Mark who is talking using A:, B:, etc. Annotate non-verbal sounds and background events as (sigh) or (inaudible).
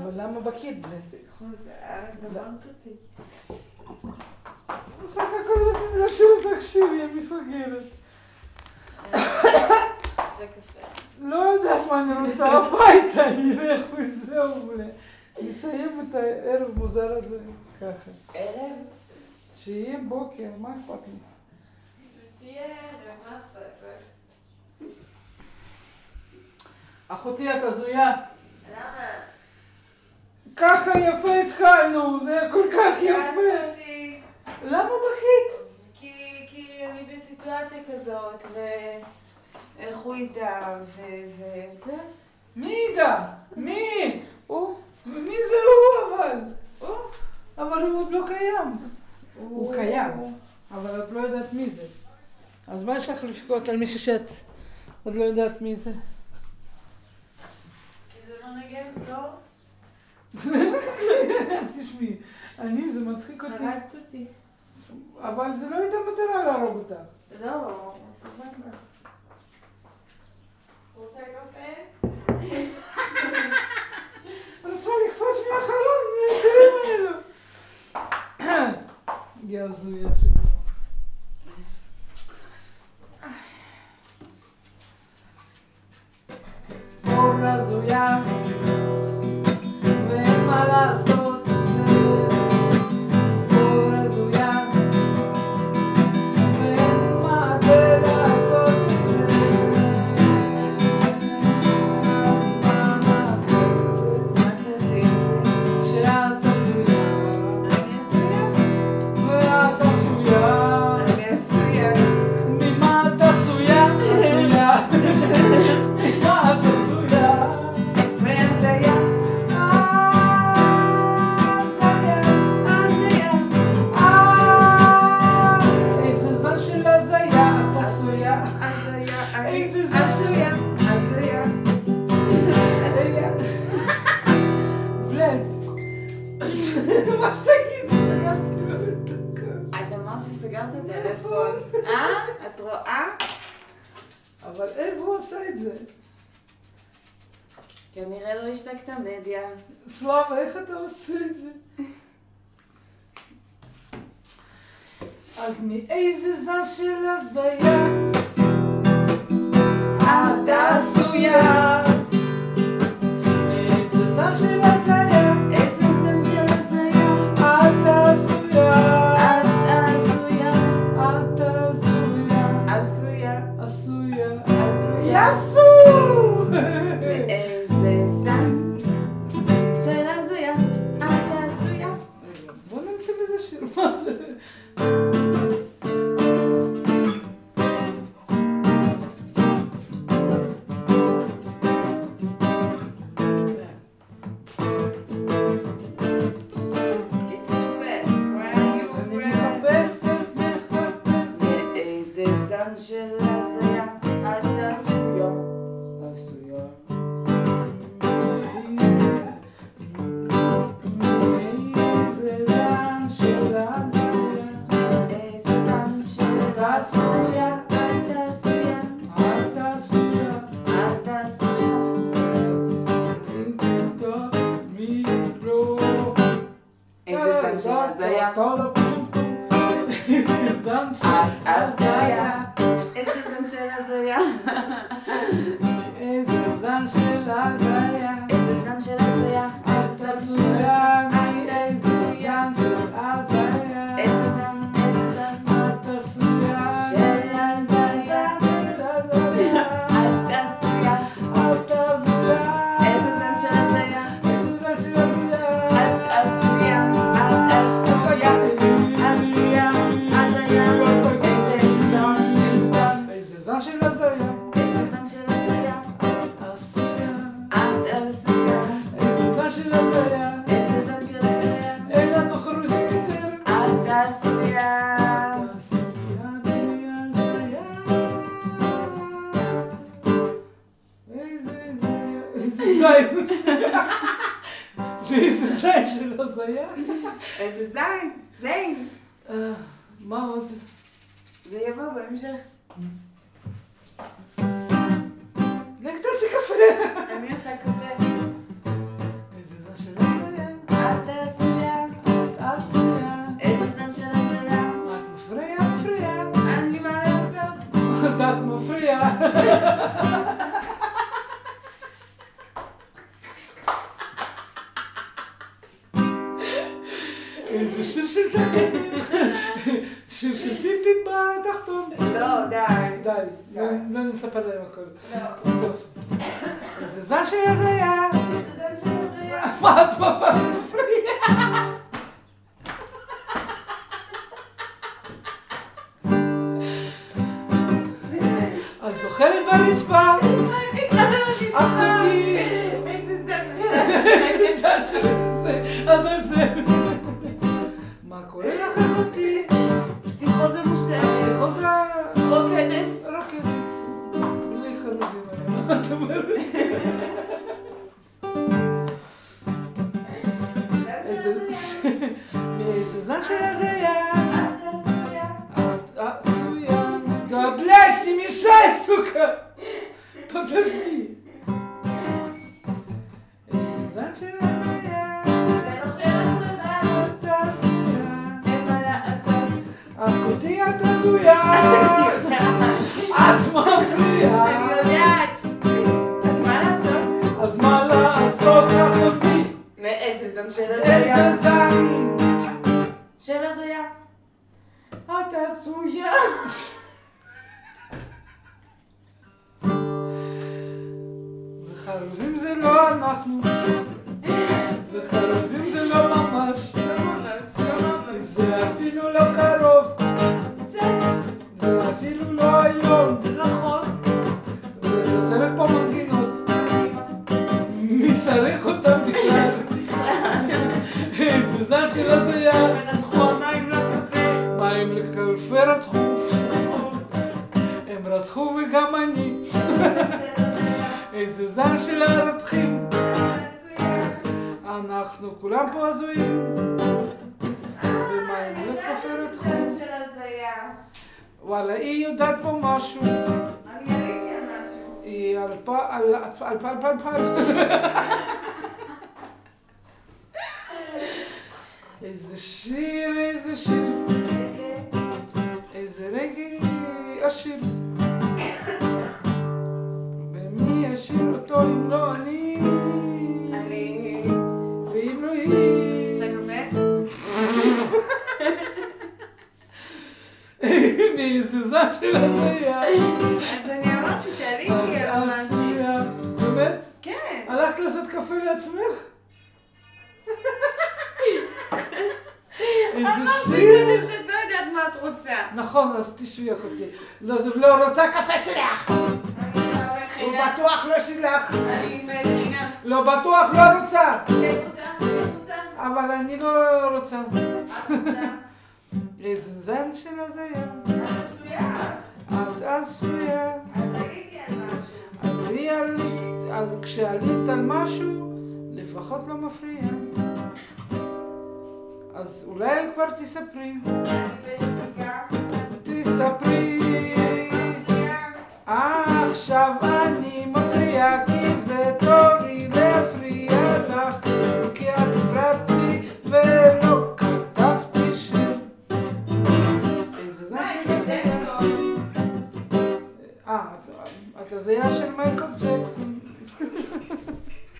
A: אבל למה בכית זה?
B: סליחה, גמרת אותי.
A: בסך הכל לא רציתי להשאיר אותך שיר, יא מפגרת.
B: (coughs) זה קפה.
A: לא יודעת מה אני רוצה, הביתה, ילך וזהו, בלה. נסיים את הערב מוזר הזה ככה.
B: ערב?
A: שיהיה בוקר, מה אכפת לי?
B: שיהיה ערב, מה אכפת לך?
A: אחותי, את הזויה.
B: למה?
A: ככה יפה התחלנו, זה היה כל כך יפה.
B: כעסתי,
A: למה בכית?
B: כי- כי אני בסיטואציה כזאת, ואיך הוא איתה, ו... ו- את יודעת?
A: מי ידע? מי? הוא? מי זה הוא אבל? הוא? אבל הוא עוד לא קיים. הוא קיים, אבל את לא יודעת מי זה. אז מה יש לך לבכות על מישהו שאת עוד לא יודעת מי זה?
B: כי זה מרגש, לא?
A: (laughs) תשמעי, אני, זה מצחיק אותי,
B: הרגת אותי.
A: אבל זה לא הייתה מטרה להרוג אותך.
B: לא, סבבה. רוצה קפה?
A: רוצה לקפוץ מהחלון, מהשירים האלו. יא הזויה שכבר. אור הזויה, ואין מה לעשות. אור הזויה, ואין מה לעשות עם זה. מה נעשה?
B: רק נזיל.
A: שאת הזויה,
B: אני עשויה.
A: ואת עשויה.
B: אני עשויה.
A: ממה את עשויה? עשויה. ממה את עשויה?
B: והזיה.
A: הזיה, הזיה. אה, איזה זן של הזיה, את עשויה. איזה זה.
B: הזיה. אני עשויה. הזיה.
A: הזיה. בלד. מה שתגידי, סגרתי לו את הכל.
B: את אמרת שסגרת את הטלפון. אה? את רואה?
A: אבל איך הוא עשה את זה?
B: כנראה לא השתקת מדיה.
A: סלאבה, איך אתה עושה את זה? אז מאיזה זן של הזיה את עשויה? מאיזה זן של הזיה
B: איזה סן של הזיה.
A: את עשויה? את
B: את הזויה.
A: עשויה,
B: עשויה.
A: עשויה,
B: הזויה.
A: יעשו!
B: איזה סן של הזיה. את הזויה.
A: בוא נמצא לזה שיר, מה זה? אני
B: é.
A: מחפשת, מחפשת.
B: איזה זן של הזיה, את עשויה, עשויה. איזה זן של עשויה, את עשויה, את עשויה. איזה זן של הזיה, את הזיה. איזה זן של הזיה, איזה זן של הזיה, את עשויה. איזה זן, איזה זן, של הזיה, את עשויה. איזה זן של הזיה.
A: Е, איזה זין של הזיה.
B: איזה זין, זין.
A: מה עוד?
B: זה יבוא בהמשך.
A: לך תעשי קפה.
B: אני עושה קפה.
A: איזה זין של איזה שיר של תחתונים. שיר של פיפי בתחתון.
B: לא, די.
A: די,
B: די.
A: לא- לא נספר להם הכל.
B: לא.
A: טוב. איזה זן של הזיה.
B: זה שזה...
A: מה את מפריעה? את זוכרת ברצפה? אחותי.
B: (laughs) איזה זן של... (laughs)
A: איזה זן של זה. הזלזל. מה קורה לך אחותי?
B: פסיכוזה מושלמת.
A: פסיכוזה
B: רוקדת.
A: רוקדת. בלי חרוזים עליהם. מה את אומרת? איזה איזה זן של הזיה. Отсуя. Да блядь, не мешай, сука! Подожди. Значит, это я, это Зуя. А куда я, это Зуя? От Мафрия. А с мала, а с тока, а ты. Это Зани. А ты Зуя. וחרוזים זה לא אנחנו, וחרוזים זה לא ממש, זה אפילו לא קרוב, זה אפילו לא היום. זה רק פה מנגינות, מי צריך אותם בכלל? איזה זן של הזיה, מים לקלפי רתחו, הם רתחו וגם אני, איזה זן של הרתחים, אנחנו כולם פה הזויים, ומים לקלפי רתחו, וואלה היא יודעת פה משהו, היא אה, על פ... על על פ... על פ... על פ... איזה שיר, איזה שיר. איזה רגע עשיר. ומי ישיר אותו אם לא אני? ואם לא היא? (laughs) מאיזה זן של הזיה.
B: אז אני אמרתי שעליתי
A: Ah,
B: על משהו.
A: הזיה. באמת?
B: כן.
A: הלכת לעשות קפה לעצמך? איזה
B: אמרתי
A: שיר.
B: קודם שאת לא יודעת מה את רוצה.
A: נכון, אז תשבי אחותי. לא, זה לא רוצה קפה שלך. הוא בטוח לא שלך.
B: אני מבינה.
A: לא בטוח, לא רוצה.
B: כן רוצה, כן רוצה,
A: אבל אני לא רוצה.
B: את רוצה.
A: איזה זן של הזיה,
B: את עשויה.
A: את עשויה.
B: אז תגידי על משהו.
A: אז היא עלית, אז כשעלית על משהו, לפחות לא מפריע. אז אולי כבר תספרי,
B: אני בשתיקה.
A: תספרי.
B: שתיקה.
A: עכשיו אני מפריע כי זה תורי ל...
B: Ah,
A: אה,